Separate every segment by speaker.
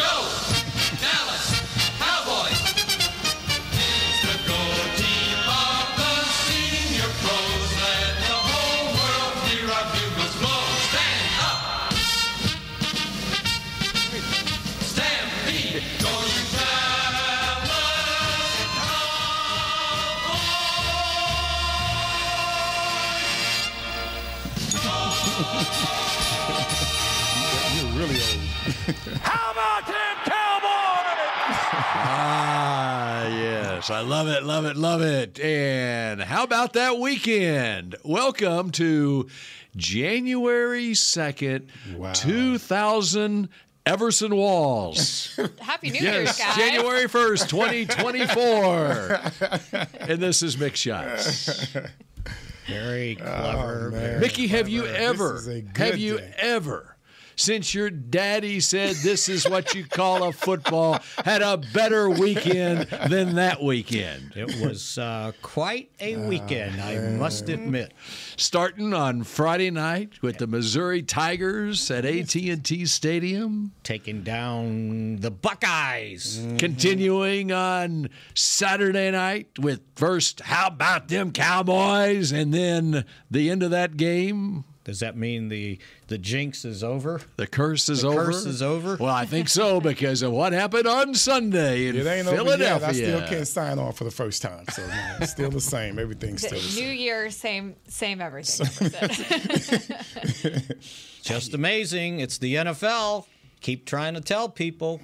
Speaker 1: Go! Dallas Cowboys! It's the go team of the senior pros. Let the whole world hear our bugles blow. Stand up! Stampede! Go you Dallas
Speaker 2: you're really old.
Speaker 3: How about them Cowboys?
Speaker 4: Ah, yes. I love it, love it, love it. And how about that weekend? Welcome to January 2nd,
Speaker 2: Wow.
Speaker 4: 2000 Everson Walls.
Speaker 5: Happy New Year's,
Speaker 4: yes,
Speaker 5: guys.
Speaker 4: January 1st, 2024. and this is Mick Shots. Oh,
Speaker 2: Very clever.
Speaker 6: man.
Speaker 2: very-
Speaker 4: Mickey, have you
Speaker 6: This
Speaker 4: ever,
Speaker 6: is a good
Speaker 4: have you
Speaker 6: thing.
Speaker 4: ever, since your daddy said this is what you call a football, had a better weekend than that weekend?
Speaker 2: It was uh, quite a weekend, I must admit.
Speaker 4: starting on Friday night with the Missouri Tigers at AT&T Stadium, Mm-hmm.
Speaker 2: Taking down the Buckeyes.
Speaker 4: continuing on Saturday night with first how about them Cowboys and then the end of that game
Speaker 2: Does that mean the the jinx is over?
Speaker 4: the curse is
Speaker 2: The
Speaker 4: over.
Speaker 2: curse is over?
Speaker 4: Well, I think so because of what happened on Sunday in
Speaker 6: It ain't over
Speaker 4: Philadelphia.
Speaker 6: yet. I still can't sign on for the first time. So man, it's still the same. Everything's still the
Speaker 5: New
Speaker 6: same.
Speaker 5: Year, same, same everything.
Speaker 2: Just amazing. It's the NFL. Keep trying to tell people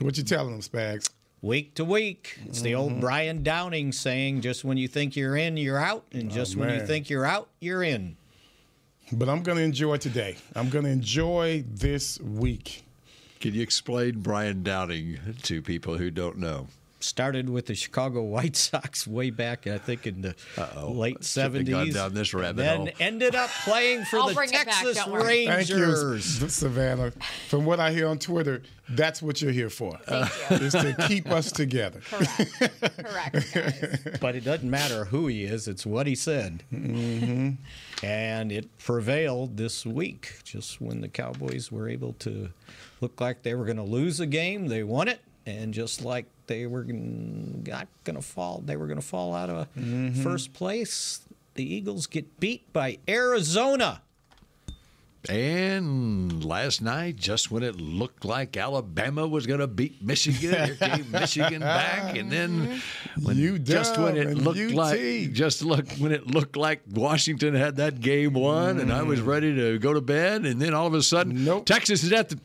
Speaker 6: What you telling them, Spags?
Speaker 2: week to week. It's the old Brian Downing saying just when you think you're in, you're out. And just when you
Speaker 6: Oh, man.
Speaker 2: think you're out, you're in.
Speaker 6: But I'm gonna enjoy today. I'm gonna enjoy this week.
Speaker 4: Can you explain Brian Downing to people who don't know?
Speaker 2: started with the Chicago White Sox way back, I think, in the late
Speaker 4: shouldn't have gone
Speaker 2: seventies.
Speaker 4: down this rabbit
Speaker 2: then
Speaker 4: hole.
Speaker 2: ended up playing for
Speaker 5: I'll
Speaker 2: the
Speaker 5: bring it back,
Speaker 2: Texas
Speaker 5: don't worry.
Speaker 6: Thank you,
Speaker 2: Rangers.
Speaker 6: S- Savannah. From what I hear on Twitter, that's what you're here for.
Speaker 5: Thank you.
Speaker 6: is to keep us together.
Speaker 5: Correct. Correct. guys.
Speaker 2: but it doesn't matter who he is; it's what he said. and it prevailed this week. Just when the Cowboys were able to look like they were going to lose a game, they won it, and just like. They were gon- not going to fall. They were going to fall out of first place. The Eagles get beat by Arizona.
Speaker 4: And last night, just when it looked like Alabama was going to beat Michigan, it gave Michigan back, and then when,
Speaker 6: You
Speaker 4: just when
Speaker 6: dumb
Speaker 4: it
Speaker 6: and
Speaker 4: looked
Speaker 6: UT.
Speaker 4: like just look when it looked like Washington had that game won, and I was ready to go to bed, and then all of a sudden,
Speaker 6: Mm. Nope.
Speaker 4: Texas is at the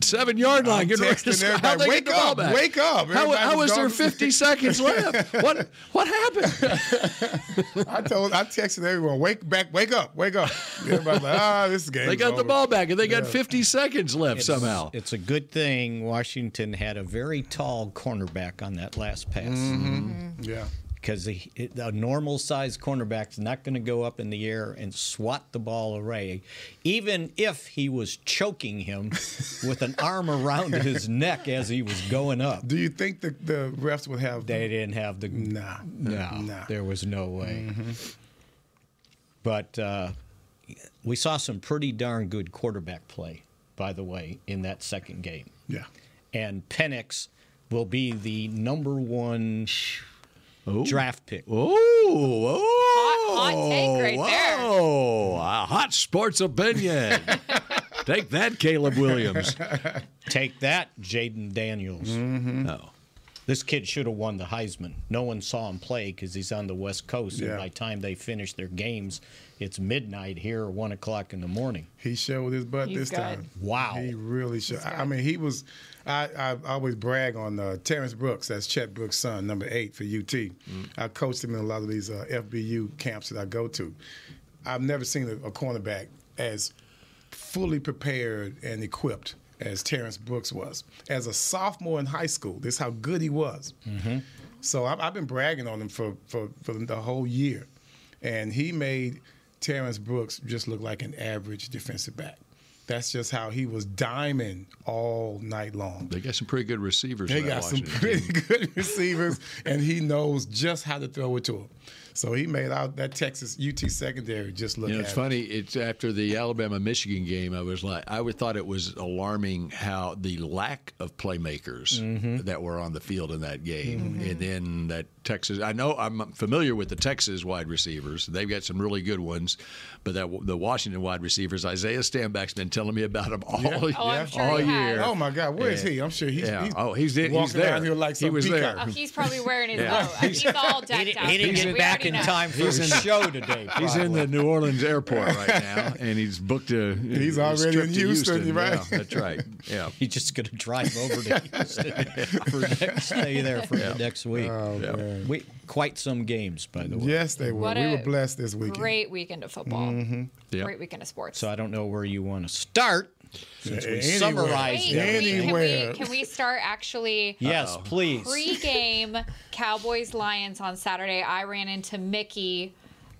Speaker 4: seven yard line.
Speaker 6: I'm
Speaker 4: getting ready to
Speaker 6: texting
Speaker 4: score. How'd they
Speaker 6: everybody,
Speaker 4: get
Speaker 6: "Wake
Speaker 4: the ball
Speaker 6: up,
Speaker 4: back?
Speaker 6: wake up."
Speaker 4: How,
Speaker 6: Everybody
Speaker 4: how
Speaker 6: was
Speaker 4: was there
Speaker 6: gone.
Speaker 4: fifty seconds left? What what happened?
Speaker 6: I told, I texted everyone, wake back, wake up, wake up. Everybody's like, ah, this game.
Speaker 4: They got the ball back, and they got fifty seconds left
Speaker 2: It's-
Speaker 4: somehow.
Speaker 2: It's a good thing Washington had a very tall cornerback on that last pass
Speaker 6: Mm-hmm.
Speaker 4: Mm-hmm.
Speaker 6: Yeah.
Speaker 2: because a normal sized cornerback's not going to go up in the air and swat the ball away, even if he was choking him with an arm around his neck as he was going up.
Speaker 6: Do you think the, the refs would have?
Speaker 2: They didn't have the.
Speaker 6: nah.
Speaker 2: No,
Speaker 6: Nah.
Speaker 2: there was no way. But uh, we saw some pretty darn good quarterback play, by the way, in that second game.
Speaker 6: Yeah.
Speaker 2: and Penix will be the number one draft pick.
Speaker 4: Oh, oh,
Speaker 5: Hot- hot take right there.
Speaker 4: whoa, a hot sports opinion. Take that, Caleb Williams.
Speaker 2: Take that, Jaden Daniels.
Speaker 4: No.
Speaker 2: This kid should have won the Heisman. No one saw him play because he's on the West Coast,
Speaker 6: Yeah.
Speaker 2: and by the time they finish their games, it's midnight here, one o'clock in the morning.
Speaker 6: He showed his butt
Speaker 5: He's
Speaker 6: this
Speaker 5: good.
Speaker 6: time.
Speaker 2: Wow.
Speaker 6: He really showed. I I mean, he was. I, I always brag on uh, Terrence Brooks. That's Chet Brooks' son, number eight for UT.
Speaker 4: Mm.
Speaker 6: I coached him in a lot of these uh, FBU camps that I go to. I've never seen a, a cornerback as fully prepared and equipped as Terrence Brooks was. As a sophomore in high school, this is how good he was.
Speaker 4: Mm-hmm.
Speaker 6: So I've, I've been bragging on him for, for, for the whole year. And he made Terrence Brooks just look like an average defensive back. That's just how he was diming all night long.
Speaker 4: They got some pretty good receivers.
Speaker 6: They
Speaker 4: in that
Speaker 6: got some
Speaker 4: Washington
Speaker 6: pretty
Speaker 4: team.
Speaker 6: good receivers, and he knows just how to throw it to him. So he made out that Texas UT secondary just look.
Speaker 4: You know, it's
Speaker 6: average.
Speaker 4: funny. It's after the Alabama Michigan game. I was like, I would thought it was alarming how the lack of playmakers
Speaker 5: Mm-hmm.
Speaker 4: that were on the field in that game, and then that Texas. I know I'm familiar with the Texas wide receivers. They've got some really good ones, but that the Washington wide receivers, Isaiah Stanback's been telling me about them all,
Speaker 6: Yeah.
Speaker 5: Oh, I'm sure
Speaker 4: all
Speaker 5: he has.
Speaker 4: year.
Speaker 6: Oh my God, where is he? I'm sure he's,
Speaker 4: Yeah.
Speaker 6: he's
Speaker 4: Oh, he's there. He's
Speaker 6: walking
Speaker 4: there.
Speaker 6: around here like
Speaker 4: He
Speaker 6: some
Speaker 4: was there.
Speaker 6: peacock.
Speaker 5: Oh, he's probably wearing his
Speaker 4: Yeah.
Speaker 5: yeah. He's all decked
Speaker 2: He,
Speaker 5: out.
Speaker 2: he didn't get
Speaker 5: We
Speaker 2: back
Speaker 5: already
Speaker 2: in
Speaker 5: know.
Speaker 2: time for his show today.
Speaker 4: He's in
Speaker 2: probably.
Speaker 4: the New Orleans airport right now, and he's booked a. He's
Speaker 6: already
Speaker 4: trip
Speaker 6: in
Speaker 4: to
Speaker 6: Houston, right?
Speaker 4: Yeah, that's right. Yeah.
Speaker 2: He's just going to drive over to Houston for next, stay there for the next week.
Speaker 4: Yeah.
Speaker 2: we, quite some games, by the way.
Speaker 6: Oh, Yes, they were.
Speaker 5: What
Speaker 6: we
Speaker 5: a
Speaker 6: were blessed this weekend. Mm-hmm.
Speaker 5: Great weekend of football.
Speaker 4: Yeah.
Speaker 5: Great weekend of sports.
Speaker 2: So I don't know where you want to start since we
Speaker 6: Anywhere.
Speaker 5: Wait,
Speaker 2: summarized
Speaker 5: can, we,
Speaker 2: everything.
Speaker 5: can, we,
Speaker 6: Anywhere.
Speaker 5: can we start actually?
Speaker 2: Yes, please.
Speaker 5: Pre-game Cowboys Lions on Saturday, I ran into Mickey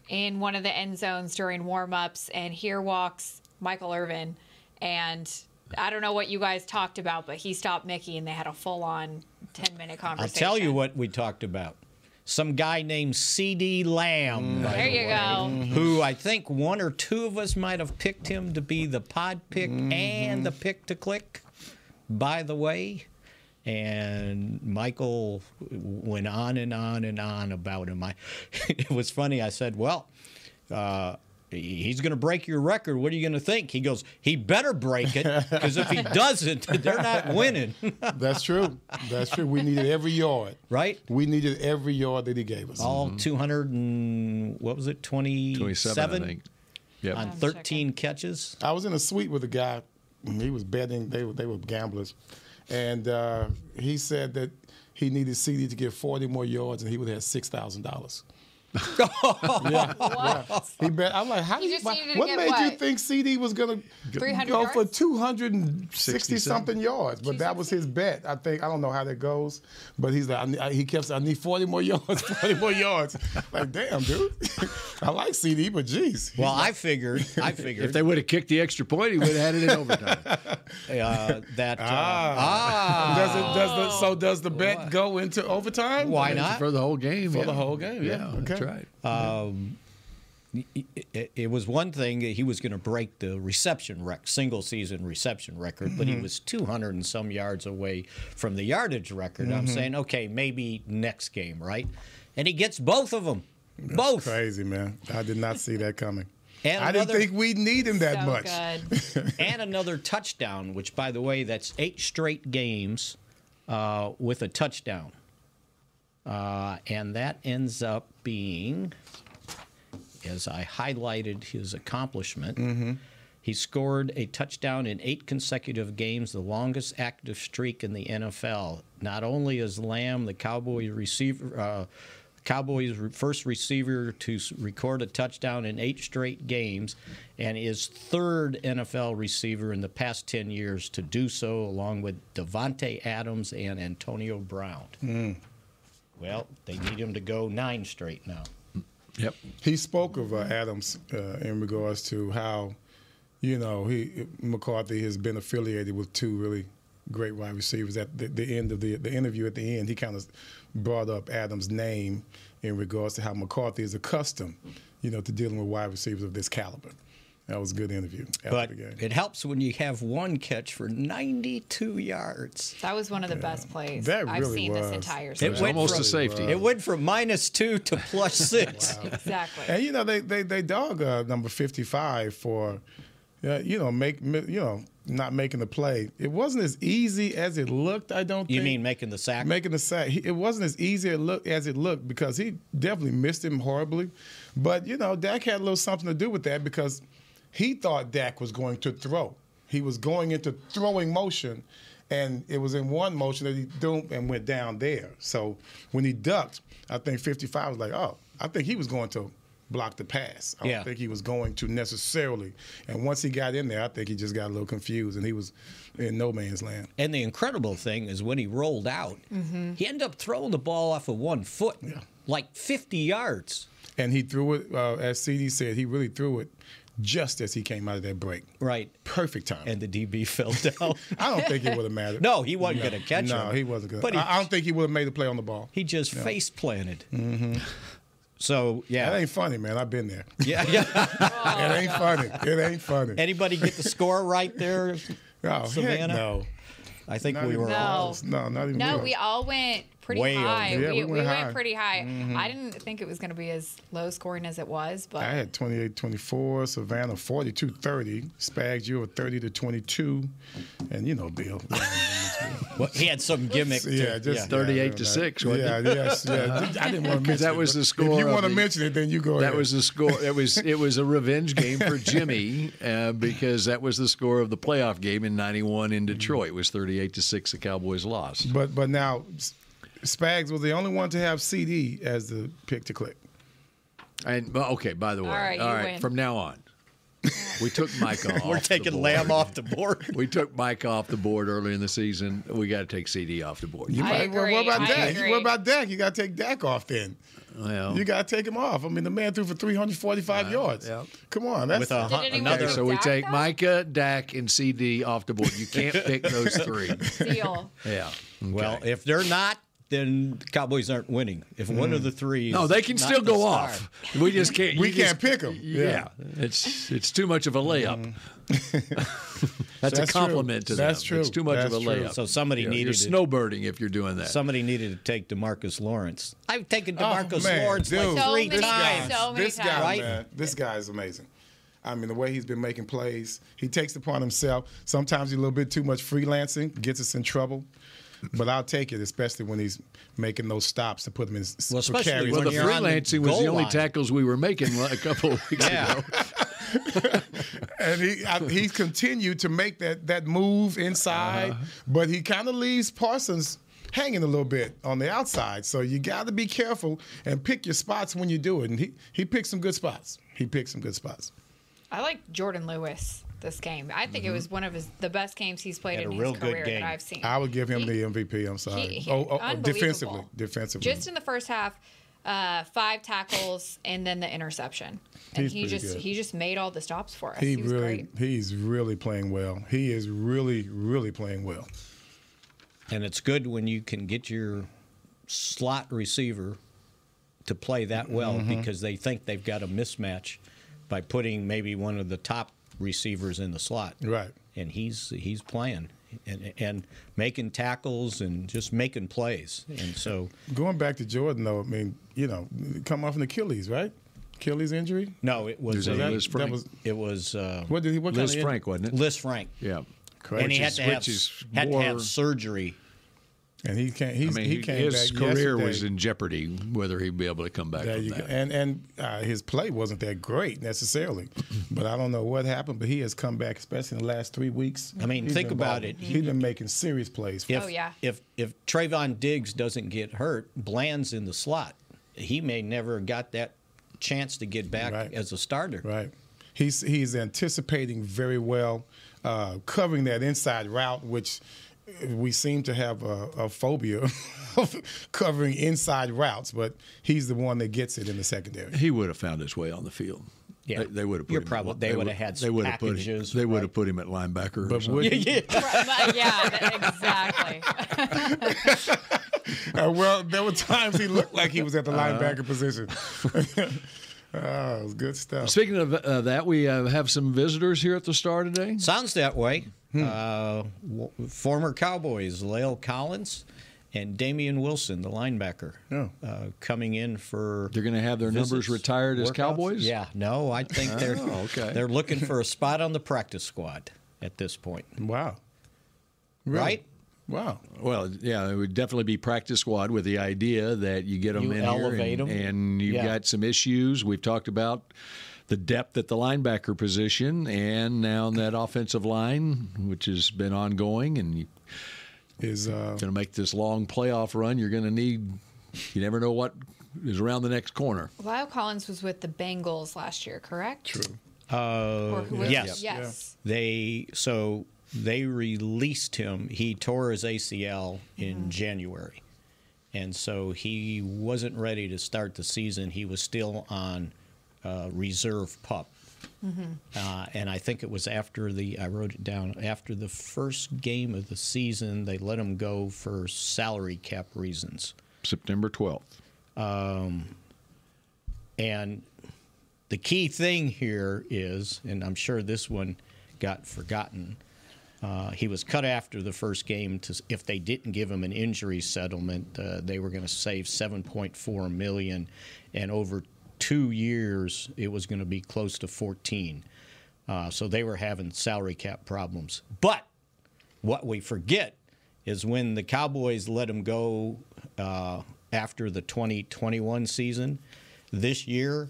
Speaker 5: in one of the end zones during warm-ups, and here walks Michael Irvin, and I don't know what you guys talked about, but he stopped Mickey, and they had a full-on ten-minute
Speaker 2: I'll
Speaker 5: conversation.
Speaker 2: tell you what we talked about. Some guy named C.D. Lamb. by
Speaker 5: Mm. There
Speaker 2: the
Speaker 5: you
Speaker 2: way, mm-hmm.
Speaker 5: go.
Speaker 2: Who I think one or two of us might have picked him to be the pod pick and the pick to click, by the way. And Michael went on and on and on about him. I, it was funny. I said, Well, uh, he- he's going to break your record. What are you going to think? He goes, He better break it because if he doesn't, they're not winning.
Speaker 6: That's true. That's true. We needed every yard.
Speaker 2: Right?
Speaker 6: We needed every yard that he gave us.
Speaker 2: all
Speaker 4: Mm-hmm.
Speaker 2: 200 and what was it 27,
Speaker 4: 27, Mm-hmm. I think. Yep.
Speaker 2: on 13 catches
Speaker 6: I was in a suite with a guy. and He was betting. They were they were gamblers, and uh, he said that he needed CD to get forty more yards, and he would have six thousand dollars.
Speaker 5: What?
Speaker 6: He bet. I'm like, how
Speaker 5: He
Speaker 6: do you?
Speaker 5: just
Speaker 6: why-
Speaker 5: needed to
Speaker 6: what
Speaker 5: get
Speaker 6: made you
Speaker 5: what?
Speaker 6: think CD was gonna
Speaker 5: 300
Speaker 6: go for
Speaker 5: yards?
Speaker 6: two hundred and sixty something yards? But that was
Speaker 5: 260?
Speaker 6: his bet. I think I don't know how that goes, but he's like, I, ne- I, he kept saying, I need forty more yards, forty more yards. Like, damn, dude, I like CD, but geez,
Speaker 2: well i figured i
Speaker 4: If
Speaker 2: figured
Speaker 4: they would have kicked the extra point, he would have had it in overtime.
Speaker 2: uh, that uh, ah,
Speaker 6: does it does the so does the bet go into overtime?
Speaker 2: Oh. why
Speaker 4: It's
Speaker 2: not
Speaker 4: For the whole game.
Speaker 6: For the whole game, yeah,
Speaker 4: that's
Speaker 6: okay.
Speaker 4: right.
Speaker 2: Um, it, it was one thing that he was going to break the reception rec single season reception record but
Speaker 6: Mm-hmm.
Speaker 2: he was 200 and some yards away from the yardage record i'm
Speaker 6: Mm-hmm.
Speaker 2: saying okay maybe next game right and he gets both of them both
Speaker 6: Crazy man, I did not see that coming.
Speaker 2: And
Speaker 6: I didn't
Speaker 2: another-
Speaker 6: think we'd need him that
Speaker 5: so
Speaker 6: much.
Speaker 5: good.
Speaker 2: and another touchdown, which, by the way, that's eight straight games uh, with a touchdown. Uh, and that ends up being, as I highlighted his accomplishment,
Speaker 6: Mm-hmm.
Speaker 2: he scored a touchdown in eight consecutive games, the longest active streak in the NFL. Not only is Lamb the Cowboy receiver, uh, Cowboys' re- first receiver to s- record a touchdown in eight straight games, and is third NFL receiver in the past 10 years to do so, along with Devontae Adams and Antonio Brown.
Speaker 6: Mm.
Speaker 2: Well, they need him to go nine straight now.
Speaker 4: Yep.
Speaker 6: He spoke of uh, Adams uh, in regards to how, you know, he McCarthy has been affiliated with two really great wide receivers. At the, the end of the the interview, at the end, he kind of brought up Adams' name in regards to how McCarthy is accustomed, you know, to dealing with wide receivers of this caliber. That was a good interview after
Speaker 2: But
Speaker 6: the game.
Speaker 2: it helps when you have one catch for 92 yards.
Speaker 5: That was one of the best plays
Speaker 6: That
Speaker 5: I've
Speaker 6: really
Speaker 5: seen
Speaker 6: was.
Speaker 5: this entire
Speaker 4: It was
Speaker 5: season.
Speaker 4: almost
Speaker 2: from-
Speaker 4: a safety.
Speaker 2: It went from minus two to plus six.
Speaker 5: Exactly.
Speaker 6: And you know they they they dog uh, number fifty five for, uh, you know make mi- you know not making the play. It wasn't as easy as it looked. I don't.
Speaker 2: You
Speaker 6: think.
Speaker 2: mean making the sack?
Speaker 6: making the sack? He, it wasn't as easy as look as it looked because he definitely missed him horribly. But you know Dak had a little something to do with that because he thought Dak was going to throw. He was going into throwing motion. And it was in one motion that he threw and went down there. So when he ducked, I think 55 was like, oh, I think he was going to block the pass. I don't
Speaker 2: Yeah.
Speaker 6: think he was going to necessarily. And once he got in there, I think he just got a little confused and he was in no man's land.
Speaker 2: And the incredible thing is when he rolled out,
Speaker 6: Mm-hmm.
Speaker 2: he ended up throwing the ball off of one foot, like 50 yards.
Speaker 6: And he threw it, uh, as CD said, he really threw it just as he came out of that break.
Speaker 2: Right.
Speaker 6: Perfect time.
Speaker 2: And the DB fell down.
Speaker 6: I don't think it would have mattered.
Speaker 2: No, he wasn't gonna catch
Speaker 6: no,
Speaker 2: him.
Speaker 6: No, he wasn't going
Speaker 2: But he-
Speaker 6: to. I I don't think he would have made the play on the ball.
Speaker 2: he just face planted. Mm-hmm. So, Oh, yeah.
Speaker 6: That ain't funny, man. I've been there.
Speaker 2: yeah, yeah.
Speaker 6: it ain't funny. It ain't funny.
Speaker 2: Anybody get the score right there?
Speaker 6: no, heck
Speaker 2: Savannah?
Speaker 6: no.
Speaker 2: I think
Speaker 6: Not
Speaker 2: we
Speaker 6: even
Speaker 2: were all.
Speaker 5: all-
Speaker 6: close. No, not even
Speaker 5: No,
Speaker 6: close.
Speaker 5: we all went pretty
Speaker 2: Way over. Mm-hmm.
Speaker 5: high.
Speaker 6: Yeah,
Speaker 5: we,
Speaker 6: we
Speaker 5: we
Speaker 6: went
Speaker 5: went
Speaker 6: high.
Speaker 5: pretty high. I didn't think it was going to be as low scoring as it was, but
Speaker 6: I had 28 24, Savannah 42 30, Spags, you were 30 to 22, and you know, Bill.
Speaker 2: Well, he had some gimmick. to-
Speaker 6: yeah, just
Speaker 2: yeah.
Speaker 4: 38 to 6, wasn't
Speaker 6: yeah,
Speaker 4: it? Uh-huh.
Speaker 6: yes, yeah. I didn't want to mention
Speaker 4: Because that
Speaker 6: it,
Speaker 4: was
Speaker 6: but
Speaker 4: the score
Speaker 6: If you
Speaker 4: of
Speaker 6: want to
Speaker 4: the-
Speaker 6: mention it, then you go
Speaker 4: That
Speaker 6: ahead.
Speaker 4: was the score. It was it was a revenge game for Jimmy uh, because that was the score of the playoff game in '91 in Detroit. It was 38 to six. The Cowboys lost.
Speaker 6: But but now, S- Spags was the only one to have CD as the pick to click.
Speaker 4: And well, okay, by the way,
Speaker 5: All right, you win.
Speaker 4: from now on, we took Mike off.
Speaker 2: We're
Speaker 4: the
Speaker 2: taking
Speaker 4: board.
Speaker 2: Lamb off the board.
Speaker 4: We took Mike off the board early in the season. We got to take CD off the board.
Speaker 5: I
Speaker 6: Right, well, what
Speaker 5: agree,
Speaker 6: about
Speaker 5: I
Speaker 6: Dak?
Speaker 5: agree.
Speaker 6: What about Dak? You got to take Dak off then.
Speaker 4: Well,
Speaker 6: You got to take him off. I mean, the man threw for 345 yards.
Speaker 4: yep.
Speaker 6: Come on. That's
Speaker 2: With a, hun-
Speaker 5: Did anyone-
Speaker 2: another.
Speaker 4: okay, so we
Speaker 5: Dak
Speaker 4: take
Speaker 5: off?
Speaker 4: Micah, Dak, and CD off the board. You can't pick those three.
Speaker 5: deal.
Speaker 4: Yeah.
Speaker 2: Well, if they're not, then the Cowboys aren't winning. If one of the three,
Speaker 4: No,
Speaker 2: is
Speaker 4: they can
Speaker 2: not
Speaker 4: still
Speaker 2: the
Speaker 4: go
Speaker 2: star-
Speaker 4: off. We just can't.
Speaker 6: Mm. We
Speaker 4: you just-
Speaker 6: can't pick him.
Speaker 4: Yeah. it's it's too much of a layup. that's,
Speaker 6: That's
Speaker 4: a
Speaker 6: true.
Speaker 4: compliment to them.
Speaker 6: That's true.
Speaker 4: It's too much of
Speaker 6: That's
Speaker 4: a
Speaker 6: true.
Speaker 4: layup.
Speaker 2: So somebody
Speaker 4: you're,
Speaker 2: needed
Speaker 4: you're
Speaker 2: to-
Speaker 4: snowbirding if you're doing that.
Speaker 2: Somebody needed to take Demarcus Lawrence. I've taken
Speaker 6: Oh,
Speaker 2: Demarcus
Speaker 6: man,
Speaker 2: Lawrence
Speaker 6: dude.
Speaker 2: like
Speaker 5: So
Speaker 2: three
Speaker 5: many
Speaker 2: times.
Speaker 5: times. so many
Speaker 6: this
Speaker 5: times.
Speaker 6: guy,
Speaker 2: Right?
Speaker 6: man, this guy is amazing. I mean, the way he's been making plays, he takes it upon himself. Sometimes he's a little bit too much freelancing, gets us in trouble. But I'll take it, especially when he's making those stops to put him in s-
Speaker 2: Well, especially
Speaker 6: precarious.
Speaker 4: well, the
Speaker 2: when you're on the
Speaker 4: freelancing was the
Speaker 2: goal
Speaker 4: only
Speaker 2: line.
Speaker 4: tackles we were making a couple of weeks
Speaker 2: Yeah.
Speaker 4: ago.
Speaker 6: and he I, he's continued to make that that move inside, but he kind of leaves Parsons hanging a little bit on the outside. So you got to be careful and pick your spots when you do it. And he he picked some good spots. He picked some good spots.
Speaker 5: I like Jordan Lewis this game. I think it was one of his the best games he's played
Speaker 2: Mm-hmm. Had a
Speaker 5: in
Speaker 2: real
Speaker 5: his
Speaker 2: good
Speaker 5: career
Speaker 2: game.
Speaker 5: that I've seen.
Speaker 6: I would give him the MVP. I'm sorry.
Speaker 5: He- he-
Speaker 6: oh, oh, oh,
Speaker 5: unbelievable.
Speaker 6: defensively, defensively.
Speaker 5: Just in the first half, uh, five tackles and then the interception, and
Speaker 6: He's
Speaker 5: he
Speaker 6: pretty
Speaker 5: just
Speaker 6: good.
Speaker 5: he just made all the stops for us.
Speaker 6: he,
Speaker 5: He, was
Speaker 6: really,
Speaker 5: great.
Speaker 6: he's really playing well. He is really, really playing well.
Speaker 2: And it's good when you can get your slot receiver to play that well
Speaker 6: Mm-hmm.
Speaker 2: because they think they've got a mismatch by putting maybe one of the top receivers in the slot.
Speaker 6: Right.
Speaker 2: And he's he's playing and and making tackles and just making plays. And so
Speaker 6: Going back to Jordan, though, I mean, you know, come off an Achilles, right? Achilles injury.
Speaker 2: no, it was
Speaker 4: Is that
Speaker 2: a-
Speaker 4: Liz Frank?
Speaker 6: was-
Speaker 2: it was uh,
Speaker 6: What did he? What
Speaker 4: Liz
Speaker 6: kind of
Speaker 4: Frank, wasn't it?
Speaker 2: Liz Frank.
Speaker 4: Yeah.
Speaker 6: Correct.
Speaker 2: and he
Speaker 4: Which
Speaker 2: had
Speaker 4: is-
Speaker 2: to have,
Speaker 4: which is
Speaker 2: had to have
Speaker 4: more-
Speaker 2: surgery.
Speaker 6: And he can't.
Speaker 4: I
Speaker 6: He's,
Speaker 4: mean,
Speaker 6: he
Speaker 4: he-
Speaker 6: came
Speaker 4: his
Speaker 6: back
Speaker 4: career
Speaker 6: yesterday.
Speaker 4: was in jeopardy whether he'd be able to come back
Speaker 6: There
Speaker 4: from
Speaker 6: you
Speaker 4: that.
Speaker 6: go. And and uh, his play wasn't that great necessarily, but I don't know what happened. But he has come back, especially in the last three weeks.
Speaker 2: I mean, think about it.
Speaker 6: He's been making serious plays. For
Speaker 2: If,
Speaker 5: Oh, yeah.
Speaker 2: If if Trayvon Diggs doesn't get hurt, Bland's in the slot. He may never have got that chance to get back
Speaker 6: Right.
Speaker 2: as a starter.
Speaker 6: Right. He's he's anticipating very well, uh, covering that inside route, which we seem to have a, a phobia of covering inside routes. But he's the one that gets it in the secondary.
Speaker 4: He would have found his way on the field.
Speaker 2: Yeah.
Speaker 4: They, they would have put
Speaker 2: You're
Speaker 4: him at
Speaker 2: probably-
Speaker 4: li-
Speaker 2: they would have had
Speaker 4: they would have put him,
Speaker 2: packages,
Speaker 4: they would have
Speaker 2: right.
Speaker 4: put him at linebacker. or
Speaker 6: But
Speaker 4: something.
Speaker 6: would he-
Speaker 5: But yeah, that- exactly.
Speaker 6: Uh, well, there were times he looked like he was at the
Speaker 4: Uh-huh.
Speaker 6: linebacker position. oh, it was good stuff.
Speaker 4: Speaking of uh, that, we uh, have some visitors here at the Star today.
Speaker 2: Sounds that way. Uh, w- former Cowboys Lale Collins and Damian Wilson, the linebacker,
Speaker 6: Oh.
Speaker 2: uh, coming in for.
Speaker 4: They're going to have their numbers
Speaker 2: visits,
Speaker 4: retired as
Speaker 2: workouts.
Speaker 4: Cowboys.
Speaker 2: Yeah, no, I think they're
Speaker 4: Oh, okay.
Speaker 2: they're looking for a spot on the practice squad at this point,
Speaker 6: Wow. Really?
Speaker 2: right?
Speaker 6: Wow.
Speaker 4: Well, yeah, it would definitely be practice squad with the idea that you get them
Speaker 2: You
Speaker 4: in
Speaker 2: elevate
Speaker 4: here and,
Speaker 2: 'em.
Speaker 4: and you've
Speaker 2: Yeah.
Speaker 4: got some issues. We've talked about the depth at the linebacker position and now that offensive line, which has been ongoing, and you
Speaker 6: Is uh,
Speaker 4: going to make this long playoff run, you're going to need. You never know what is around the next corner.
Speaker 5: Lyle Collins was with the Bengals last year, correct? True. or who was-
Speaker 2: Uh, yes.
Speaker 5: Yes.
Speaker 2: They so they released him. He tore his ACL in January, and so he wasn't ready to start the season. He was still on uh, reserve pup, uh, and I think it was after the I wrote it down after the first game of the season they let him go for salary cap reasons. Um,
Speaker 4: September 12th.
Speaker 2: And the key thing here is, and I'm sure this one got forgotten. Uh, he was cut after the first game. To if they didn't give him an injury settlement, uh, they were going to save 7.4 million, and over two years, it was going to be close to 14. Uh, so they were having salary cap problems. But what we forget is when the Cowboys let him go uh, after the 2021 season, this year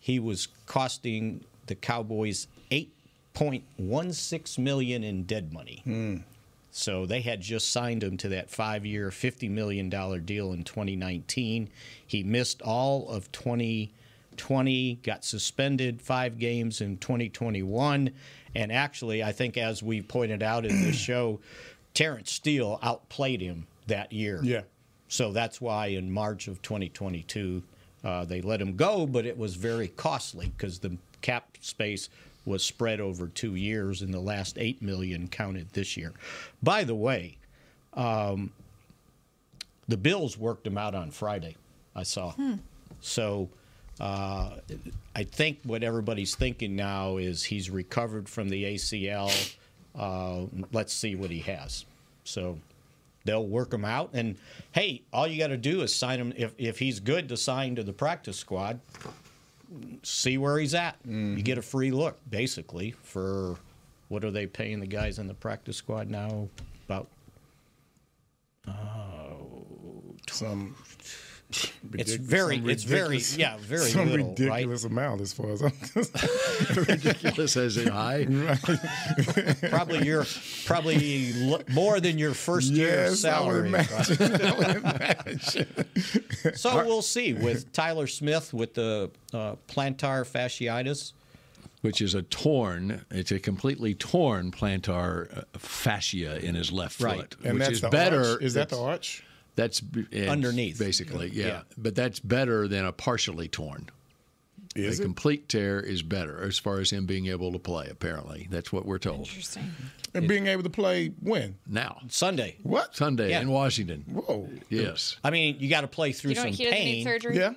Speaker 2: he was costing the Cowboys 8.16 million in dead money. So they had just signed him to that five-year, $50 million deal in 2019. He missed all of 2020, got suspended five games in 2021. And actually, I think as we pointed out in this show, Terrence Steele outplayed him that year.
Speaker 6: Yeah.
Speaker 2: So that's why in March of 2022, uh, they let him go, but it was very costly because the cap space was spread over two years, and the last eight million counted this year. By the way, um, the Bills worked him out on Friday. I saw. So uh, I think what everybody's thinking now is he's recovered from the ACL. Uh, let's see what he has. So they'll work him out. And hey, all you got to do is sign him. If, if he's good to sign to the practice squad, see where he's at. You get a free look, basically, for what are they paying the guys in the practice squad now? About oh,
Speaker 6: Some.
Speaker 2: it's
Speaker 6: ridic-
Speaker 2: very,
Speaker 6: some
Speaker 2: it's very,
Speaker 6: ridiculous-
Speaker 2: yeah, very
Speaker 6: some
Speaker 2: little, right?
Speaker 6: ridiculous amount as far as I'm concerned.
Speaker 4: Ridiculous as in high.
Speaker 2: probably your probably l- more than your first year's
Speaker 6: Yes, I would
Speaker 2: salary.
Speaker 6: imagine.
Speaker 2: So we'll see with Tyler Smith with the uh, plantar fasciitis.
Speaker 4: which is a torn, it's a completely torn plantar uh, fascia in his left
Speaker 2: Right.
Speaker 4: foot,
Speaker 6: And
Speaker 4: which
Speaker 6: that's
Speaker 4: is
Speaker 6: the
Speaker 4: better.
Speaker 6: Arch. Is that the
Speaker 4: that's-
Speaker 6: arch?
Speaker 4: That's b- it's
Speaker 2: Underneath.
Speaker 4: basically, yeah.
Speaker 2: Yeah.
Speaker 4: But that's better than a partially torn.
Speaker 6: Is
Speaker 4: a
Speaker 6: it?
Speaker 4: complete tear is better as far as him being able to play. Apparently, that's what we're told
Speaker 5: Interesting.
Speaker 6: And being able to play when?
Speaker 4: now.
Speaker 2: Sunday.
Speaker 6: What?
Speaker 4: Sunday
Speaker 2: Yeah.
Speaker 4: in Washington.
Speaker 6: Whoa.
Speaker 4: Yes,
Speaker 2: I mean, you got to play through
Speaker 5: You know
Speaker 2: some
Speaker 5: he doesn't need
Speaker 2: pain.
Speaker 5: surgery.
Speaker 6: Yeah.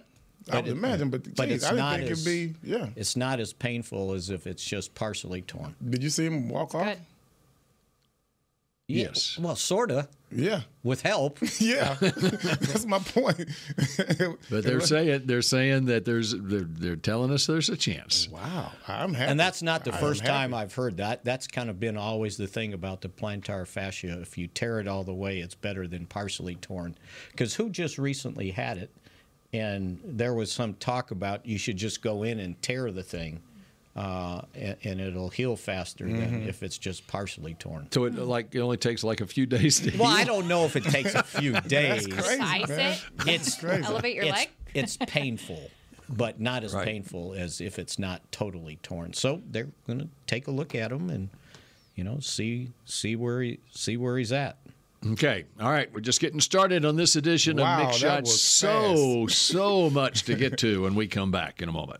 Speaker 6: I would imagine, but,
Speaker 2: but
Speaker 6: geez,
Speaker 2: it's
Speaker 6: I didn't
Speaker 2: not
Speaker 6: think
Speaker 2: as
Speaker 6: it'd be. Yeah.
Speaker 2: It's not as painful as if it's just partially torn.
Speaker 6: Did you see him walk off?
Speaker 5: Good.
Speaker 2: Yeah,
Speaker 4: Yes.
Speaker 2: well, sorta
Speaker 6: Yeah.
Speaker 2: with help.
Speaker 6: Yeah. That's my point.
Speaker 4: but they're saying they're saying that there's they're, they're telling us there's a chance.
Speaker 6: wow. I'm happy.
Speaker 2: And that's not the
Speaker 6: I am
Speaker 2: first
Speaker 6: happy.
Speaker 2: time I've heard that. That's kind of been always the thing about the plantar fascia. If you tear it all the way, it's better than partially torn. Because who just recently had it, and there was some talk about you should just go in and tear the thing, uh, and, and it'll heal faster
Speaker 6: Mm-hmm.
Speaker 2: than if it's just partially torn.
Speaker 4: So it like it only takes like a few days to
Speaker 2: Well, I don't know if it takes a few days.
Speaker 5: Size
Speaker 6: man.
Speaker 5: it.
Speaker 2: It's
Speaker 5: Elevate your
Speaker 2: it's,
Speaker 5: leg.
Speaker 2: it's painful, but not as
Speaker 4: Right.
Speaker 2: painful as if it's not totally torn. So they're going to take a look at him and you know see see where he see where he's at.
Speaker 4: Okay. All right. We're just getting started on this edition
Speaker 6: Wow,
Speaker 4: of Mix
Speaker 6: that
Speaker 4: Shots.
Speaker 6: was
Speaker 4: So, so much to get to when we come back in a moment.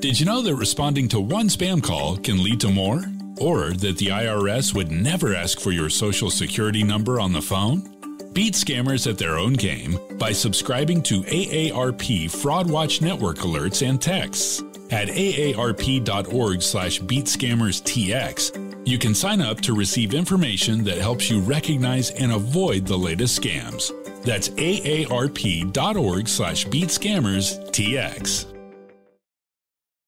Speaker 7: Did you know that responding to one spam call can lead to more? Or that the IRS would never ask for your social security number on the phone? Beat scammers at their own game by subscribing to AARP Fraud Watch Network alerts and texts. At aarp.org slash beatscammerstx, you can sign up to receive information that helps you recognize and avoid the latest scams. That's aarp.org slash beatscammerstx.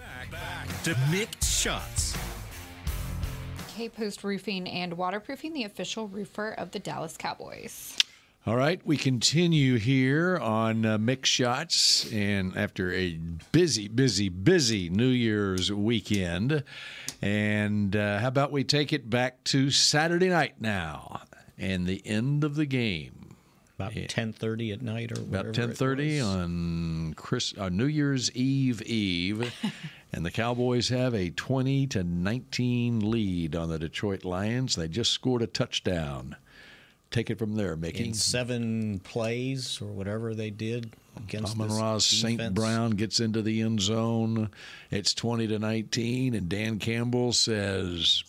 Speaker 8: To mixed shots.
Speaker 5: K Post Roofing and Waterproofing, the official roofer of the Dallas Cowboys.
Speaker 4: All right, we continue here on uh, Mix Shots, and after a busy, busy, busy New Year's weekend, and uh, how about we take it back to Saturday night now, and the end of the game.
Speaker 2: About ten thirty at night, or
Speaker 4: about
Speaker 2: whatever
Speaker 4: ten
Speaker 2: it
Speaker 4: thirty
Speaker 2: was.
Speaker 4: on Chris uh, New Year's Eve Eve, and the Cowboys have a twenty to nineteen lead on the Detroit Lions. They just scored a touchdown. Take it from there, Mickey.
Speaker 2: in seven plays or whatever they did against
Speaker 4: Amon
Speaker 2: this
Speaker 4: Ross St.
Speaker 2: defense.
Speaker 4: Brown gets into the end zone. It's 20 to 19, and Dan Campbell says,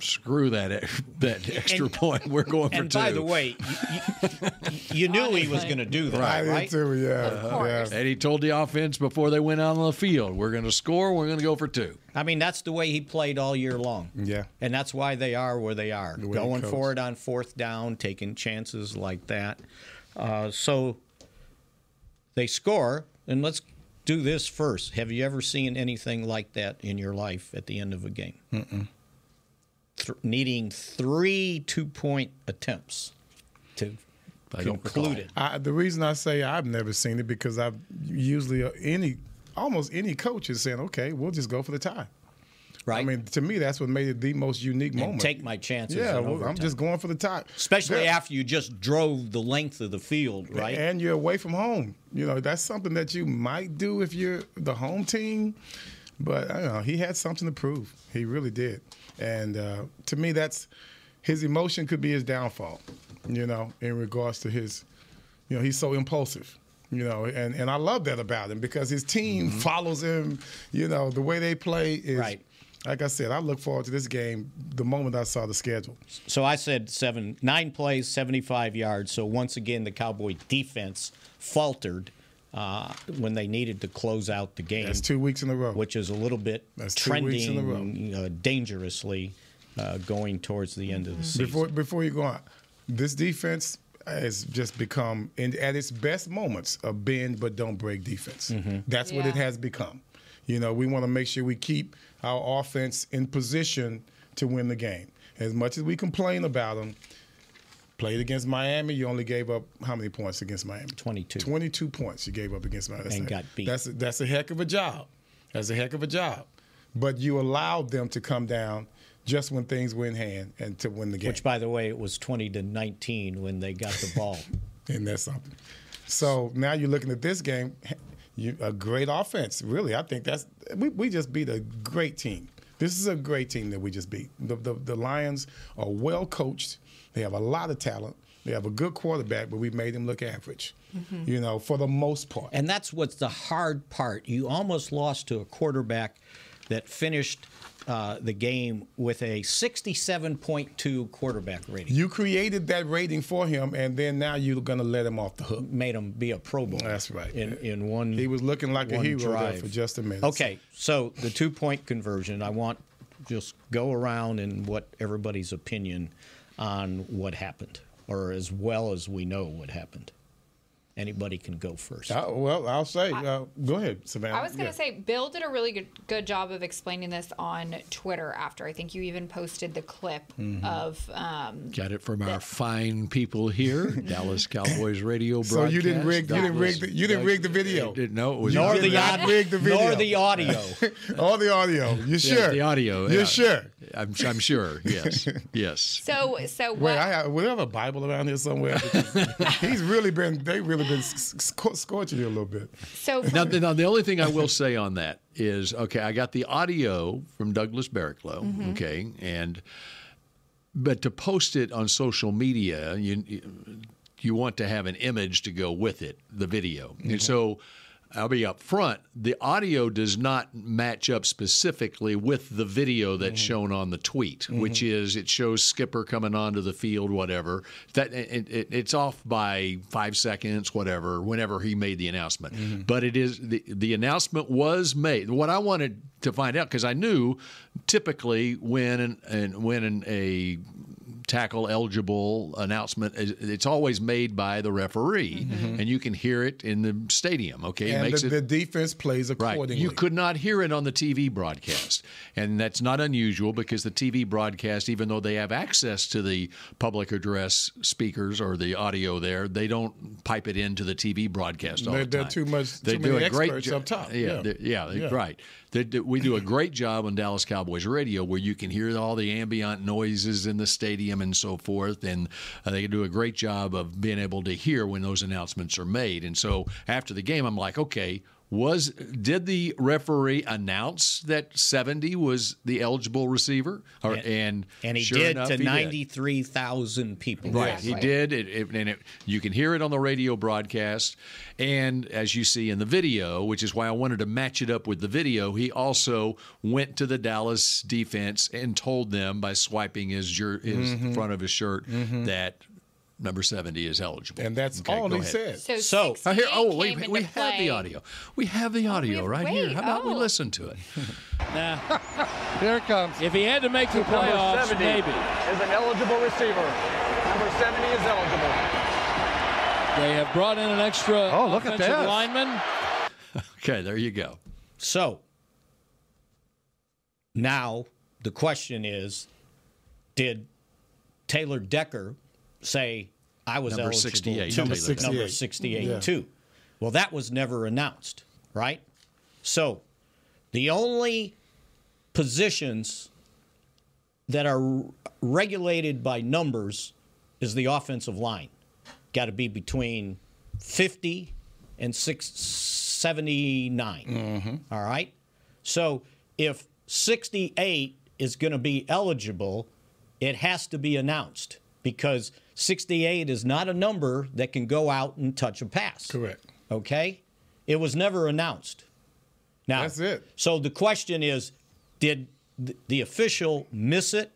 Speaker 4: screw that, ex- that extra point. We're going for
Speaker 2: And
Speaker 4: two.
Speaker 2: by the way, you, you, you knew he was going to do that, right?
Speaker 6: yeah.
Speaker 4: And he told the offense before they went out on the field, we're going to score, we're going to go for two.
Speaker 2: I mean, that's the way he played all year long.
Speaker 6: Yeah.
Speaker 2: And that's why they are where they are
Speaker 6: way he
Speaker 2: going
Speaker 6: coached.
Speaker 2: for it on fourth down, taking chances like that. Uh, so they score, and let's do this first. Have you ever seen anything like that in your life at the end of a game?
Speaker 6: Mm-mm.
Speaker 2: Th- needing three two point attempts to conclude it.
Speaker 6: I, the reason I say I've never seen it because I've usually uh, any almost any coach is saying, "Okay, we'll just go for the tie."
Speaker 2: Right.
Speaker 6: I mean, to me, that's what made it the most unique
Speaker 2: And
Speaker 6: moment.
Speaker 2: take my chances
Speaker 6: Yeah,
Speaker 2: in
Speaker 6: well, I'm
Speaker 2: overtime.
Speaker 6: just going for the tie,
Speaker 2: Especially
Speaker 6: Yeah.
Speaker 2: after you just drove the length of the field, right?
Speaker 6: And you're away from home. You know, that's something that you might do if you're the home team. But I don't know, he had something to prove. He really did. And uh, to me, that's his emotion could be his downfall. You know, in regards to his, you know, he's so impulsive. You know, and, and I love that about him because his team follows him. You know, the way they play is. Right. Like I said, I look forward to this game the moment I saw the schedule.
Speaker 2: So I said seven, nine plays, 75 yards. So once again, the Cowboy defense faltered uh, when they needed to close out the game. That's
Speaker 6: two weeks in a row,
Speaker 2: which is a little bit
Speaker 6: two weeks in a row.
Speaker 2: trending uh, dangerously uh, going towards the end of the season.
Speaker 6: Before before you go on, this defense has just become in, at its best moments a bend but don't break defense.
Speaker 2: Mm-hmm.
Speaker 6: That's what it
Speaker 9: Yeah.
Speaker 6: has become. You know, we want to make sure we keep our offense in position to win the game. As much as we complain about them, played against Miami, you only gave up how many points against Miami?
Speaker 2: 22.
Speaker 6: 22 points you gave up against Miami.
Speaker 2: And
Speaker 6: a-
Speaker 2: got beat.
Speaker 6: That's a, that's a heck of a job. That's a heck of a job. But you allowed them to come down just when things were in hand and to win the game.
Speaker 2: Which, by the way, it was 20 to 19 when they got the ball.
Speaker 6: and that's something. So now you're looking at this game, you, a great offense. Really, I think that's we, we just beat a great team. This is a great team that we just beat. The, the, the Lions are well coached. They have a lot of talent. They have a good quarterback, but we made them look average.
Speaker 2: Mhm.
Speaker 6: You know, for the most part.
Speaker 2: And that's what's the hard part. You almost lost to a quarterback that finished uh, the game with a 67.2 quarterback rating.
Speaker 6: You created that rating for him, and then now you're going to let him off the hook.
Speaker 2: Made him be a Pro Bowler.
Speaker 6: That's right.
Speaker 2: In, in one,
Speaker 6: he was looking like a
Speaker 2: one
Speaker 6: hero there
Speaker 2: drive.
Speaker 6: for just a minute.
Speaker 2: Okay, so the two point conversion. I want just go around and what everybody's opinion on what happened, or as well as we know what happened. Anybody can go first.
Speaker 6: I- well, I'll say. uh, go ahead, Savannah.
Speaker 5: I was going
Speaker 6: Yeah.
Speaker 5: to say, Bill did a really good, good job of explaining this on Twitter after. I think you even posted the clip
Speaker 4: Mhm.
Speaker 5: of. Um,
Speaker 4: Got it from our fine people here, Dallas Cowboys radio.
Speaker 6: So you didn't
Speaker 4: broadcast.
Speaker 6: rig- you
Speaker 4: That
Speaker 6: didn't rig
Speaker 4: was-
Speaker 6: the- you didn't
Speaker 4: that-
Speaker 6: rig the video.
Speaker 4: it didn't- No, it was
Speaker 6: You did not rig the video. All the audio.
Speaker 4: Yeah,
Speaker 6: You sure?
Speaker 4: The audio.
Speaker 6: You
Speaker 4: yeah.
Speaker 6: sure?
Speaker 4: I'm, I'm sure. Yes. Yes.
Speaker 5: so, so what?
Speaker 6: Wait, I have, we have a Bible around here somewhere. Because he's really been. They really been sc- sc- scorching you a little bit.
Speaker 5: So
Speaker 4: now, now, the only thing I will say on that is okay, I got the audio from Douglas Barricklow,
Speaker 6: Mhm.
Speaker 4: okay, and but to post it on social media, you you want to have an image to go with it, the video, and so. I'll be up front. The audio does not match up specifically with the video that's shown on the tweet, which is it shows Skipper coming onto the field, whatever. That it, it, it's off by five seconds, whatever. Whenever he made the announcement,
Speaker 6: Mm-hmm.
Speaker 4: but it is the the announcement was made. What I wanted to find out because I knew typically when an, an when an, a tackle eligible announcement is- it's always made by the referee and you can hear it in the stadium okay It
Speaker 6: Mm-hmm. and
Speaker 4: makes
Speaker 6: the,
Speaker 4: it
Speaker 6: the defense plays
Speaker 4: Right.
Speaker 6: accordingly.
Speaker 4: You could not hear it on the TV broadcast. And that's not unusual because the TV broadcast, even though they have access to the public address speakers or the audio there, they don't pipe it into the TV broadcast all
Speaker 6: They're-
Speaker 4: the
Speaker 6: they're
Speaker 4: time.
Speaker 6: too much-
Speaker 4: They
Speaker 6: too
Speaker 4: do
Speaker 6: many
Speaker 4: a great
Speaker 6: experts
Speaker 4: jo-
Speaker 6: up top.
Speaker 4: Yeah,
Speaker 6: Yeah.
Speaker 4: they- yeah, they-
Speaker 6: Yeah.
Speaker 4: right. They do- we do a great job on Dallas Cowboys radio where you can hear all the ambient noises in the stadium and so forth. And uh, they do a great job of being able to hear when those announcements are made. And so after the game, I'm like, okay, was did the referee announce that 70 was the eligible receiver? Or,
Speaker 2: And-
Speaker 4: and
Speaker 2: and he
Speaker 4: sure
Speaker 2: did
Speaker 4: enough,
Speaker 2: to
Speaker 4: he did.
Speaker 2: 93,000 people.
Speaker 4: Right, he did, it, it, and it, you can hear it on the radio broadcast, and as you see in the video, which is why I wanted to match it up with the video. He also went to the Dallas defense and told them by swiping his, jer- his
Speaker 6: Mhm.
Speaker 4: front of his shirt
Speaker 6: Mhm.
Speaker 4: that number seventy is eligible, and
Speaker 6: that's all he said. So
Speaker 4: I hear,
Speaker 6: 68
Speaker 4: oh wait,
Speaker 6: came
Speaker 4: we,
Speaker 6: into
Speaker 4: we have
Speaker 6: play.
Speaker 4: the audio. We have the audio right here.
Speaker 10: wait,
Speaker 4: How about we
Speaker 10: oh.
Speaker 4: listen to it?
Speaker 10: Nah. Here it comes. If he had to make the
Speaker 9: Number
Speaker 10: playoffs,
Speaker 9: 70
Speaker 10: maybe.
Speaker 9: is an eligible receiver. Number 70 is eligible.
Speaker 10: They have brought in an extra oh,
Speaker 4: look at
Speaker 10: offensive
Speaker 4: this.
Speaker 10: lineman.
Speaker 4: Okay, there you go.
Speaker 2: So now the question is did Taylor Decker say I was
Speaker 4: Number
Speaker 2: eligible
Speaker 4: 68,
Speaker 2: to
Speaker 4: Number 68.
Speaker 2: number 68
Speaker 4: Yeah.
Speaker 2: too? Well, that was never announced, right? So the only positions that are r- regulated by numbers is the offensive line. Got to be between 50 and 679. All right. So if 68 is going to be eligible, it has to be announced because 68 is not a number that can go out and touch a pass. Correct. Okay. It was never announced. Now, that's it. So the question is did th- the official miss it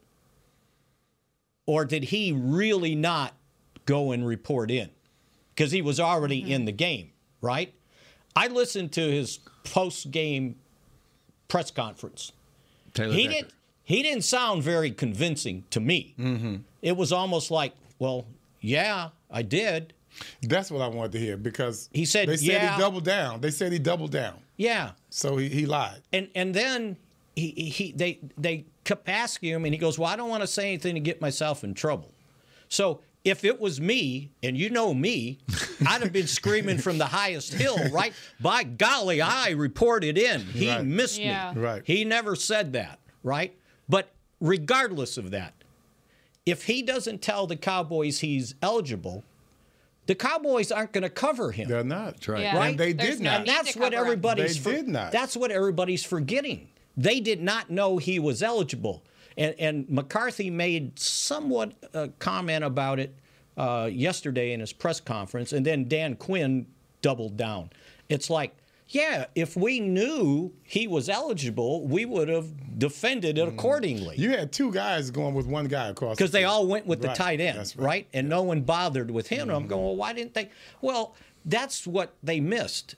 Speaker 2: or did he really not go and report in? Because he was already in the game, right? I listened to his post game press conference.
Speaker 4: Taylor
Speaker 2: he
Speaker 4: Decker.
Speaker 2: didn't he didn't sound very convincing to me.
Speaker 6: Mm-hmm.
Speaker 2: It was almost like, well, yeah, I did.
Speaker 6: That's what I wanted to hear because
Speaker 2: he said,
Speaker 6: they said
Speaker 2: yeah,
Speaker 6: he doubled down. They said he doubled down.
Speaker 2: yeah.
Speaker 6: So he, he lied.
Speaker 2: And and then he, he- he they they kept asking him, and he goes, "Well, I don't want to say anything to get myself in trouble." So if it was me, and you know me, I'd have been screaming from the highest hill, right? By golly, I reported in. He
Speaker 6: Right.
Speaker 2: missed
Speaker 6: Yeah.
Speaker 2: me.
Speaker 6: Right.
Speaker 2: He never said that, right? But regardless of that, if he doesn't tell the Cowboys he's eligible, the Cowboys aren't going to cover him. They're
Speaker 6: not. That's
Speaker 4: right.
Speaker 6: Yeah. And they did There's no not.
Speaker 2: And
Speaker 6: need
Speaker 2: that's
Speaker 6: to
Speaker 2: what
Speaker 6: cover him.
Speaker 2: everybody's
Speaker 6: They did not.
Speaker 2: That's what everybody's forgetting. They did not know he was eligible. And, and McCarthy made somewhat a comment about it uh, yesterday in his press conference, and then Dan Quinn doubled down. It's like Yeah, if we knew he was eligible, we would have defended it accordingly.
Speaker 6: Mm. You had two guys going with one guy across
Speaker 2: because
Speaker 6: the
Speaker 2: they
Speaker 6: field.
Speaker 2: all went with the
Speaker 6: Right, Mm-hmm.
Speaker 2: tight end,
Speaker 6: that's
Speaker 2: right. And no one bothered with him. And I'm going, well, why didn't they? Well, that's what they missed.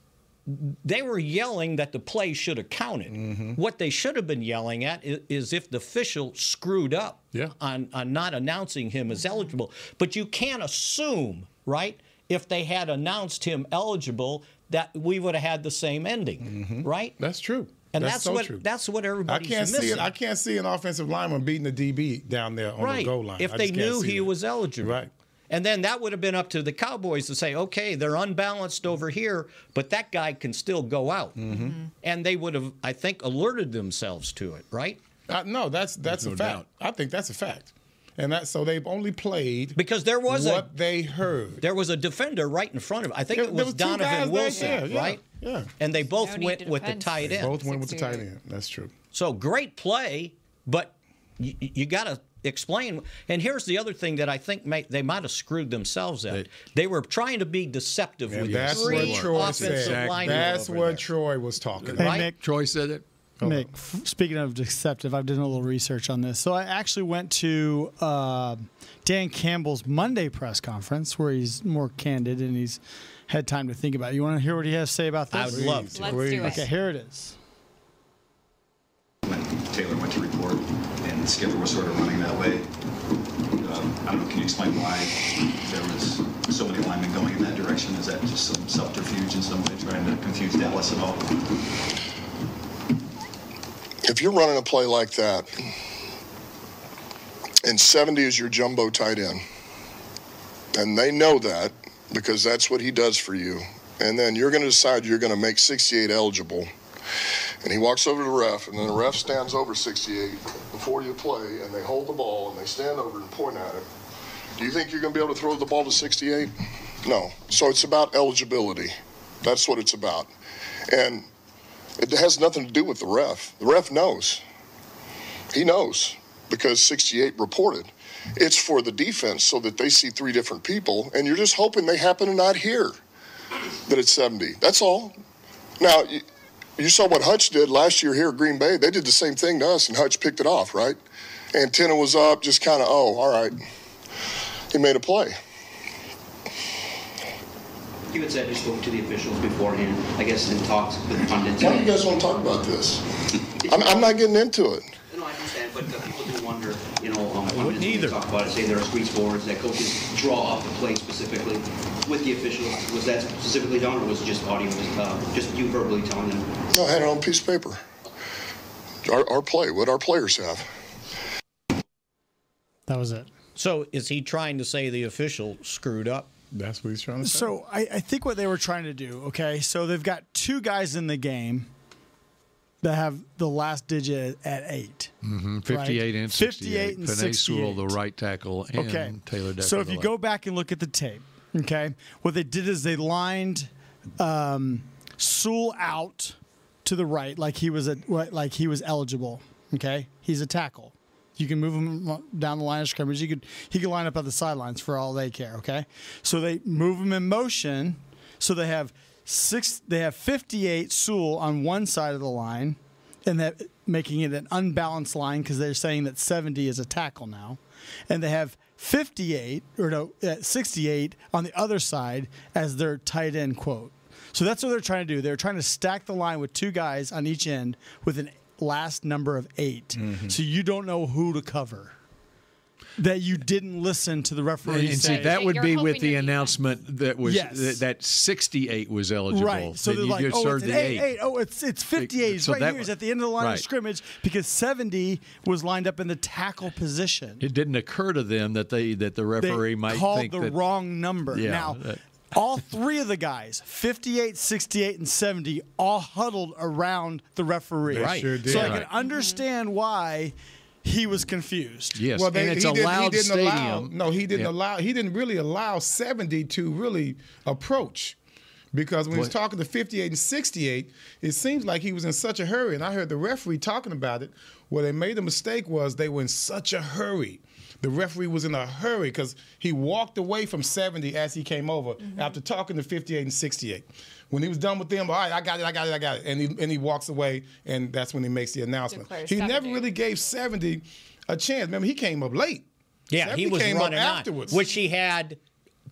Speaker 2: They were yelling that the play should have counted.
Speaker 6: Mm-hmm.
Speaker 2: What they should have been yelling at is, is if the official screwed up on, on not announcing him as eligible. But you can't assume, right? If they had announced him eligible, that we would have had the same ending, right?
Speaker 6: Mm-hmm. That's true.
Speaker 2: And
Speaker 6: That's
Speaker 2: that's,
Speaker 6: so
Speaker 2: what
Speaker 6: true.
Speaker 2: that's what
Speaker 6: I
Speaker 2: everybody's
Speaker 6: can't
Speaker 2: missing.
Speaker 6: see it. I can't see an offensive lineman beating a DB down there on the
Speaker 2: Right.
Speaker 6: goal line.
Speaker 2: If
Speaker 6: I
Speaker 2: they
Speaker 6: just can't
Speaker 2: knew
Speaker 6: see
Speaker 2: he
Speaker 6: that.
Speaker 2: was eligible.
Speaker 6: Right.
Speaker 2: And then that would have been up to the Cowboys to say, okay, they're unbalanced over here, but that guy can still go out.
Speaker 6: Mm-hmm.
Speaker 2: Mm-hmm. And they would have, I think, alerted themselves to it, right?
Speaker 6: Uh, no, that's that's a
Speaker 2: no
Speaker 6: fact.
Speaker 2: doubt.
Speaker 6: I think that's a fact. And that so they've only played
Speaker 2: because there was a-
Speaker 6: what they heard.
Speaker 2: There was a defender right in front of. I think
Speaker 6: There-
Speaker 2: it
Speaker 6: there
Speaker 2: was,
Speaker 6: was two guys
Speaker 2: Donovan
Speaker 6: there,
Speaker 2: Wilson,
Speaker 6: yeah, yeah,
Speaker 2: right?
Speaker 6: yeah.
Speaker 2: And they both
Speaker 6: No need
Speaker 2: went
Speaker 6: to
Speaker 2: with the
Speaker 6: defend.
Speaker 2: tight
Speaker 6: They
Speaker 2: end.
Speaker 6: both went with the tight end. That's true.
Speaker 2: So great play, but you, you got to explain. And here's the other thing that I think may, they might have screwed themselves at. They, were trying to be deceptive
Speaker 6: And
Speaker 2: with
Speaker 6: that's
Speaker 2: three
Speaker 6: what Troy
Speaker 2: offensive
Speaker 6: said.
Speaker 2: linemen
Speaker 6: That's
Speaker 2: over
Speaker 6: what
Speaker 2: there.
Speaker 6: Troy was talking
Speaker 11: Hey,
Speaker 6: about.
Speaker 11: Nick.
Speaker 4: Troy said it.
Speaker 11: Nick,
Speaker 2: Oh.
Speaker 11: f- speaking of deceptive, I've done a little research on this. So I actually went to uh, Dan Campbell's Monday press conference where he's more candid and he's had time to think about it. You want to hear what he has to say about this?
Speaker 2: I would love Please, to. let's do Please. it.
Speaker 11: Okay, here it is.
Speaker 12: Taylor went to report, and Skipper was sort of running that way. Um, I don't know. Can you explain why there was so many linemen going in that direction? Is that just some subterfuge in some way, trying to confuse Dallas at all?
Speaker 13: if you're running a play like that, and 70 is your jumbo tight end, and they know that because that's what he does for you, and then you're going to decide you're going to make 68 eligible, and he walks over to the ref, and then the ref stands over 68 before you play, and they hold the ball, and they stand over and point at it. Do you think you're going to be able to throw the ball to 68? No. So it's about eligibility. That's what it's about. And it has nothing to do with the ref. The ref knows. He knows because 68 reported. It's for the defense so that they see three different people, and you're just hoping they happen to not hear that it's 70. That's all. Now, you, you saw what Hutch did last year here at Green Bay. They did the same thing to us, and Hutch picked it off, right? Antenna was up, just kind of, oh, all right. He made a play.
Speaker 14: You had said you spoke to the officials beforehand, I guess in talks with pundits.
Speaker 13: Why do you guys want to talk about this? I'm, I'm not getting into it.
Speaker 14: No, I understand, but uh, people do wonder, you know, um, pundits when they talk about it, say there are squeeze forwards, that coaches draw up the play specifically with the officials. Was that specifically done, or was it just audio, uh, just you verbally telling them
Speaker 13: No, I had it on a piece of paper. Our, our play, what our players have.
Speaker 11: That was it.
Speaker 2: So is he trying to say the official screwed up?
Speaker 6: That's what he's trying
Speaker 11: So I, I think what they were trying to do, okay, so they've got two guys in the game that have the last digit at 8
Speaker 4: hmm
Speaker 11: right?
Speaker 4: 58 and 68.
Speaker 11: 58 and
Speaker 4: Panay
Speaker 11: 68.
Speaker 4: Sewell, the right tackle, and
Speaker 11: Okay.
Speaker 4: Taylor Decker.
Speaker 11: So if
Speaker 4: the
Speaker 11: you
Speaker 4: left.
Speaker 11: go back and look at the tape, okay, what they did is they lined um, Sewell out to the right, like he was a like he was eligible. Okay, he's a tackle. You can move him down the line of scrimmage. You could he could line up at the sidelines for all they care. Okay, so they move him in motion. So they have six. They have fifty-eight Sewell on one side of the line, and that making it an unbalanced line because they're saying that seventy is a tackle now, and they have fifty-eight or no uh, sixty-eight on the other side as their tight end quote. So that's what they're trying to do. They're trying to stack the line with two guys on each end with an last number of 8 So you don't know who to cover. That you didn't listen to the referee.
Speaker 4: And see,
Speaker 11: say-
Speaker 4: that would be with the announcement that was
Speaker 11: Yes.
Speaker 4: that, that 68 was eligible.
Speaker 11: Right. So
Speaker 4: Then
Speaker 11: they're
Speaker 4: you
Speaker 11: like,
Speaker 4: just
Speaker 11: oh,
Speaker 4: served
Speaker 11: it's an
Speaker 4: the
Speaker 11: eight, eight. Oh, it's it's 58. It's
Speaker 4: So
Speaker 11: right
Speaker 4: that
Speaker 11: here. It's
Speaker 4: wa-
Speaker 11: at the end of the line
Speaker 4: right.
Speaker 11: of scrimmage because 70 was lined up in the tackle position.
Speaker 4: It didn't occur to them that they that the
Speaker 11: They
Speaker 4: referee might
Speaker 11: called
Speaker 4: think
Speaker 11: the
Speaker 4: that,
Speaker 11: wrong number.
Speaker 4: Yeah,
Speaker 11: now,
Speaker 4: that-
Speaker 11: all three of the guys, 58, 68, and 70, all huddled around the referee.
Speaker 4: They Right. sure did.
Speaker 11: So I
Speaker 4: Right.
Speaker 11: can understand why he was confused.
Speaker 4: Yes,
Speaker 6: Well, they, he didn't- he didn't Allow, no, he didn't
Speaker 11: Yeah.
Speaker 6: allow. He didn't really allow seventy to really approach, because when he was
Speaker 4: What?
Speaker 6: talking to fifty-eight and sixty-eight, it seems like he was in such a hurry. And I heard the referee talking about it. Where they made the mistake was they were in such a hurry The referee was in a hurry because he walked away from 70 as he came over after talking to 58 and 68. When he was done with them, all right, I got it, I got it, I got it. And he, and he walks away, and that's when he makes the announcement.
Speaker 3: Declares
Speaker 6: he never really gave 70 a chance. Remember, he came up late.
Speaker 2: Yeah, he
Speaker 6: 70
Speaker 2: was
Speaker 6: came
Speaker 2: running
Speaker 6: up
Speaker 2: afterwards.
Speaker 6: afterwards.
Speaker 2: on, which he had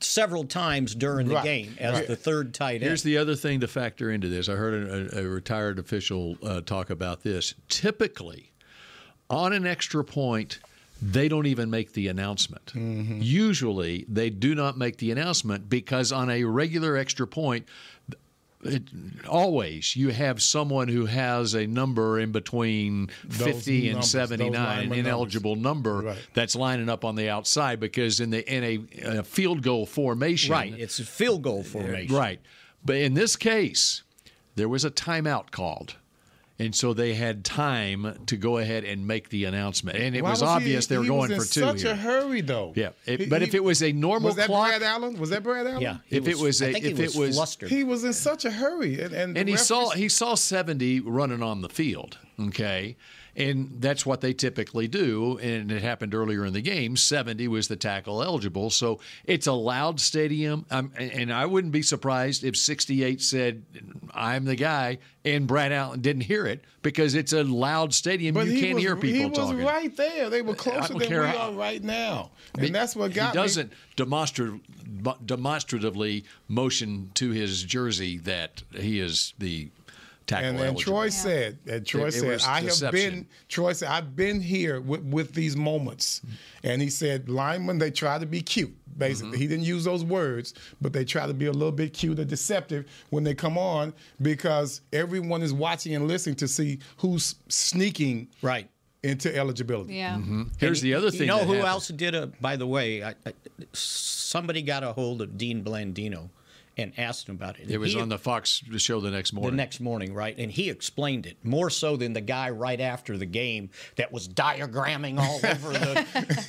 Speaker 2: several times during the
Speaker 4: Right,
Speaker 2: game as
Speaker 4: right.
Speaker 2: the third tight end.
Speaker 4: Here's the other thing to factor into this. I heard a, a- a retired official uh, talk about this. Typically, on an extra point, they don't even make the announcement.
Speaker 6: Mm-hmm.
Speaker 4: Usually, they do not make the announcement because on a regular extra point, it, always you have someone who has a number in between
Speaker 6: Those
Speaker 4: 50 and
Speaker 6: numbers, those
Speaker 4: 79 an
Speaker 6: lineman numbers.
Speaker 4: ineligible number that's lining up on the outside because in the in a, a field goal formation
Speaker 2: Right, it's a field goal formation.
Speaker 4: right but in this case there was a timeout called and so they had time to go ahead and make the announcement and it
Speaker 6: Why
Speaker 4: was,
Speaker 6: was he-
Speaker 4: obvious they were
Speaker 6: he
Speaker 4: going
Speaker 6: was in
Speaker 4: for two
Speaker 6: such a
Speaker 4: here.
Speaker 6: hurry, though.
Speaker 4: yeah it-
Speaker 6: He-
Speaker 4: but
Speaker 6: he-
Speaker 4: if it was a normal
Speaker 6: was that
Speaker 4: clock
Speaker 6: Brad Allen? Was that Brad Allen?
Speaker 4: Yeah, he If it was- was a- I think he if was it was- flustered.
Speaker 6: he was in such a hurry, and and, the
Speaker 4: and he saw
Speaker 6: referees-
Speaker 4: he saw 70 running on the field okay and that's what they typically do and it happened earlier in the game 70 was the tackle eligible so it's a loud stadium um, and i wouldn't be surprised if 68 said i'm the guy and brad allen didn't hear it because it's a loud stadium
Speaker 6: but
Speaker 4: you
Speaker 6: he
Speaker 4: can't
Speaker 6: was-
Speaker 4: hear people
Speaker 6: He was
Speaker 4: talking
Speaker 6: right there. They were closer
Speaker 4: don't
Speaker 6: than we
Speaker 4: care how-
Speaker 6: are right now, and that's what got
Speaker 4: he doesn't demonstra- bu- demonstratively motion to his jersey that he is the
Speaker 6: me.
Speaker 4: tackle
Speaker 6: And, and
Speaker 4: eligible.
Speaker 6: Troy said, and Troy
Speaker 4: It- it
Speaker 6: said,
Speaker 4: was
Speaker 6: I have
Speaker 4: deception.
Speaker 6: been. Troy said, I've been here with, with these moments, and he said, linemen they try to be cute. Basically,
Speaker 2: Mm-hmm.
Speaker 6: he didn't use those words, but they try to be a little bit cute or deceptive when they come on because everyone is watching and listening to see who's sneaking
Speaker 2: right
Speaker 6: into eligibility.
Speaker 5: Yeah.
Speaker 4: Mm-hmm. Here's
Speaker 2: And
Speaker 4: the other
Speaker 2: You
Speaker 4: thing
Speaker 2: know
Speaker 4: that
Speaker 2: who
Speaker 4: happened.
Speaker 2: else did a? By the way, I, I, somebody got a hold of Dean Blandino and asked him about it.
Speaker 4: It was
Speaker 2: He-
Speaker 4: on the Fox show the next morning.
Speaker 2: The next morning, right? And he explained it more so than the guy right after the game that was diagramming all over the.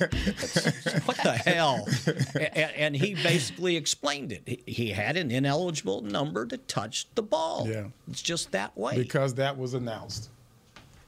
Speaker 2: what the hell? And, and he basically explained it. He- He had an ineligible number to touch the ball. Yeah. It's just that way.
Speaker 6: Because that was announced.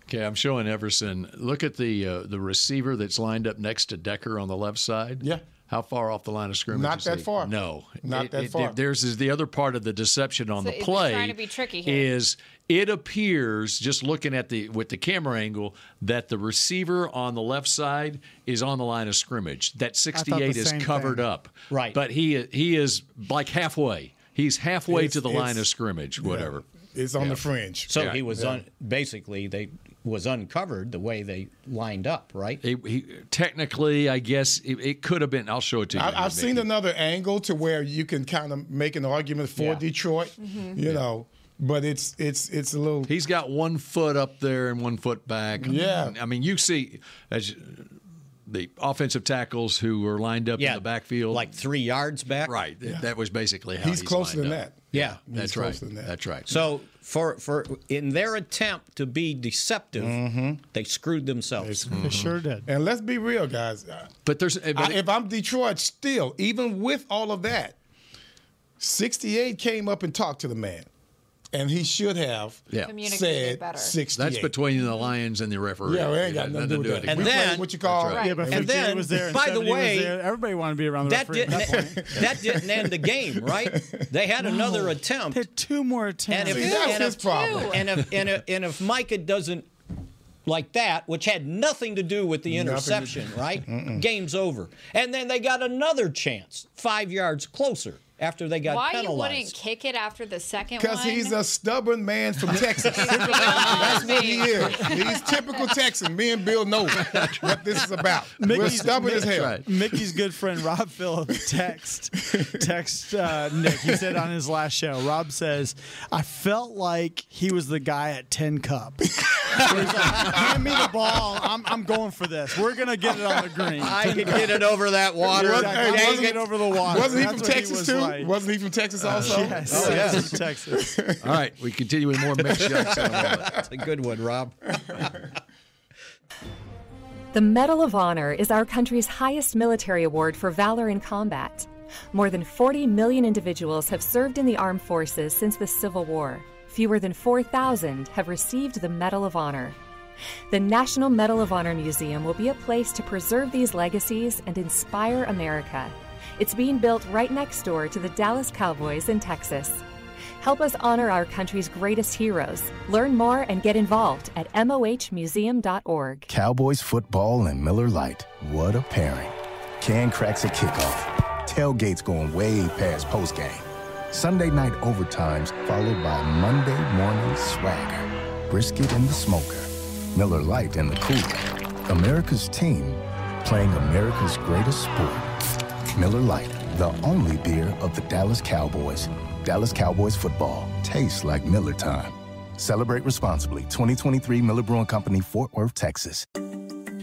Speaker 4: Okay, I'm showing Everson. Look at the uh, the receiver that's lined up next to Decker on the left side. Yeah. How far off the line of scrimmage?
Speaker 6: Not
Speaker 4: is
Speaker 6: that
Speaker 4: he?
Speaker 6: far.
Speaker 4: No,
Speaker 6: Not that far.
Speaker 4: There's is the other part of the deception on
Speaker 5: So
Speaker 4: the
Speaker 5: is he
Speaker 4: play.
Speaker 5: trying to be tricky here?
Speaker 4: Is it appears just looking at the with the camera angle that the receiver on the left side is on the line of scrimmage. That
Speaker 2: thought the
Speaker 4: 68 is
Speaker 2: same
Speaker 4: covered
Speaker 2: thing.
Speaker 4: up.
Speaker 2: Right.
Speaker 4: But he he is like halfway. He's halfway
Speaker 2: It's-
Speaker 4: to the line
Speaker 2: it's-
Speaker 4: of scrimmage. Whatever.
Speaker 6: It's on the fringe.
Speaker 2: So
Speaker 4: Yeah.
Speaker 2: he was
Speaker 4: Yeah.
Speaker 2: un- basically they was uncovered the way they lined up, right?
Speaker 4: He, he, technically, I guess it, it could have been. I'll show it to you.
Speaker 6: I, I've seen another angle to where you can kind of make an argument for
Speaker 4: Yeah.
Speaker 6: Detroit,
Speaker 2: Mm-hmm.
Speaker 4: Mhm.
Speaker 6: you know, but it's it's it's a little.
Speaker 4: He's got one foot up there and one foot back.
Speaker 6: Yeah.
Speaker 4: I mean, you see as the offensive tackles who were lined up in
Speaker 2: Yeah,
Speaker 4: the backfield, like
Speaker 2: three yards back.
Speaker 4: Right. Th- That was basically how
Speaker 2: He's
Speaker 4: he's,
Speaker 2: closer
Speaker 4: lined
Speaker 2: than
Speaker 4: up.
Speaker 2: that. Yeah. He's
Speaker 4: that's right.
Speaker 2: closer than that.
Speaker 4: That's right.
Speaker 2: So for for in their attempt to be deceptive, Mm-hmm. they screwed themselves.
Speaker 6: They sure
Speaker 11: did.
Speaker 6: And let's be real, guys.
Speaker 4: But there's
Speaker 6: I, if I'm Detroit, still even with all of that, 68 came up and talked to the man, and he should have
Speaker 4: Yeah.
Speaker 5: Communicated
Speaker 6: said
Speaker 5: better.
Speaker 6: 68.
Speaker 4: That's between the Lions and the referee.
Speaker 6: Yeah, we ain't got nothing to do with that.
Speaker 4: it.
Speaker 6: We played what you call-
Speaker 4: That's right.
Speaker 11: Yeah, but
Speaker 6: And
Speaker 11: 58
Speaker 6: then,
Speaker 11: was there. and
Speaker 6: by the
Speaker 11: 70 was
Speaker 6: way,
Speaker 11: there. everybody wanted to be around the
Speaker 2: That
Speaker 11: referee. at
Speaker 2: didn't
Speaker 11: that
Speaker 4: Mm-hmm.
Speaker 11: point.
Speaker 2: that didn't end the game, right? They had
Speaker 11: No.
Speaker 2: another attempt.
Speaker 11: two more attempts.
Speaker 2: And if,
Speaker 11: See, that's
Speaker 2: and
Speaker 11: his
Speaker 2: if,
Speaker 11: problem.
Speaker 2: And if, and, if, and if Micah doesn't like that, which had nothing to do with the
Speaker 11: Nothing to-
Speaker 2: interception, right? Game's over. And then they got another chance, five yards closer after they got
Speaker 5: Why you
Speaker 2: penalized.
Speaker 5: wouldn't kick it after the second one?
Speaker 6: Because he's a stubborn man from Texas.
Speaker 5: That's
Speaker 6: what he is. He's typical Texan. Me and Bill know what this is about. We're stubborn as hell.
Speaker 11: Mickey's good friend Rob Phillips text text uh, Nick. He said on his last show, Rob says, "I felt like he was the guy at Ten Cup. He's like, Hand me the ball. I'm, I'm going for this. We're gonna get it on the green.
Speaker 2: I
Speaker 11: Ten
Speaker 2: could
Speaker 11: Cup."
Speaker 2: get it over that water.
Speaker 11: Exactly.
Speaker 2: Dang
Speaker 11: I'm gonna
Speaker 2: it.
Speaker 11: get it over the water.
Speaker 6: Wasn't he
Speaker 11: That's
Speaker 6: from
Speaker 11: what
Speaker 6: Texas
Speaker 11: was
Speaker 6: too?
Speaker 11: like. Uh,
Speaker 6: Wasn't he from Texas also?
Speaker 11: yes.
Speaker 6: Oh,
Speaker 11: yes.
Speaker 6: yes.
Speaker 11: from Texas.
Speaker 4: All right, we continue with more mix shots. in a moment.
Speaker 2: That's a good one, Rob.
Speaker 15: The Medal of Honor is our country's highest military award for valor in combat. More than 40 million individuals have served in the armed forces since the Civil War. Fewer than 4,000 have received the Medal of Honor. The National Medal of Honor Museum will be a place to preserve these legacies and inspire America. It's being built right next door to the Dallas Cowboys in Texas. Help us honor our country's greatest heroes. Learn more and get involved at mohmuseum.org.
Speaker 16: Cowboys football and Miller Lite. What a pairing. Can cracks a kickoff. Tailgates going way past postgame. Sunday night overtimes followed by Monday morning swagger. Brisket in the smoker. Miller Lite in the cooler. America's team playing America's greatest sport. Miller Lite, the only beer of the Dallas Cowboys. Dallas Cowboys football tastes like Miller time. Celebrate responsibly. 2023 Miller Brewing Company, Fort Worth, Texas.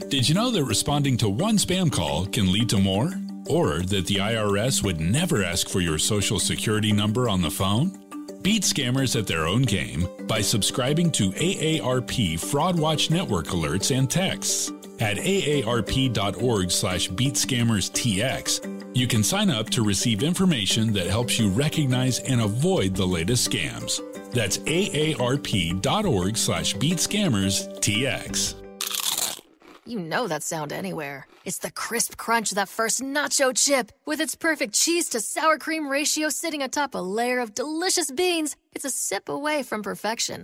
Speaker 7: Did you know that responding to one spam call can lead to more? Or that the IRS would never ask for your social security number on the phone? Beat scammers at their own game by subscribing to AARP Fraud Watch Network alerts and texts. At aarp.org slash beatscammerstx, you can sign up to receive information that helps you recognize and avoid the latest scams. That's aarp.org slash beatscammerstx.
Speaker 17: You know that sound anywhere. It's the crisp crunch of that first nacho chip. With its perfect cheese to sour cream ratio sitting atop a layer of delicious beans, it's a sip away from perfection.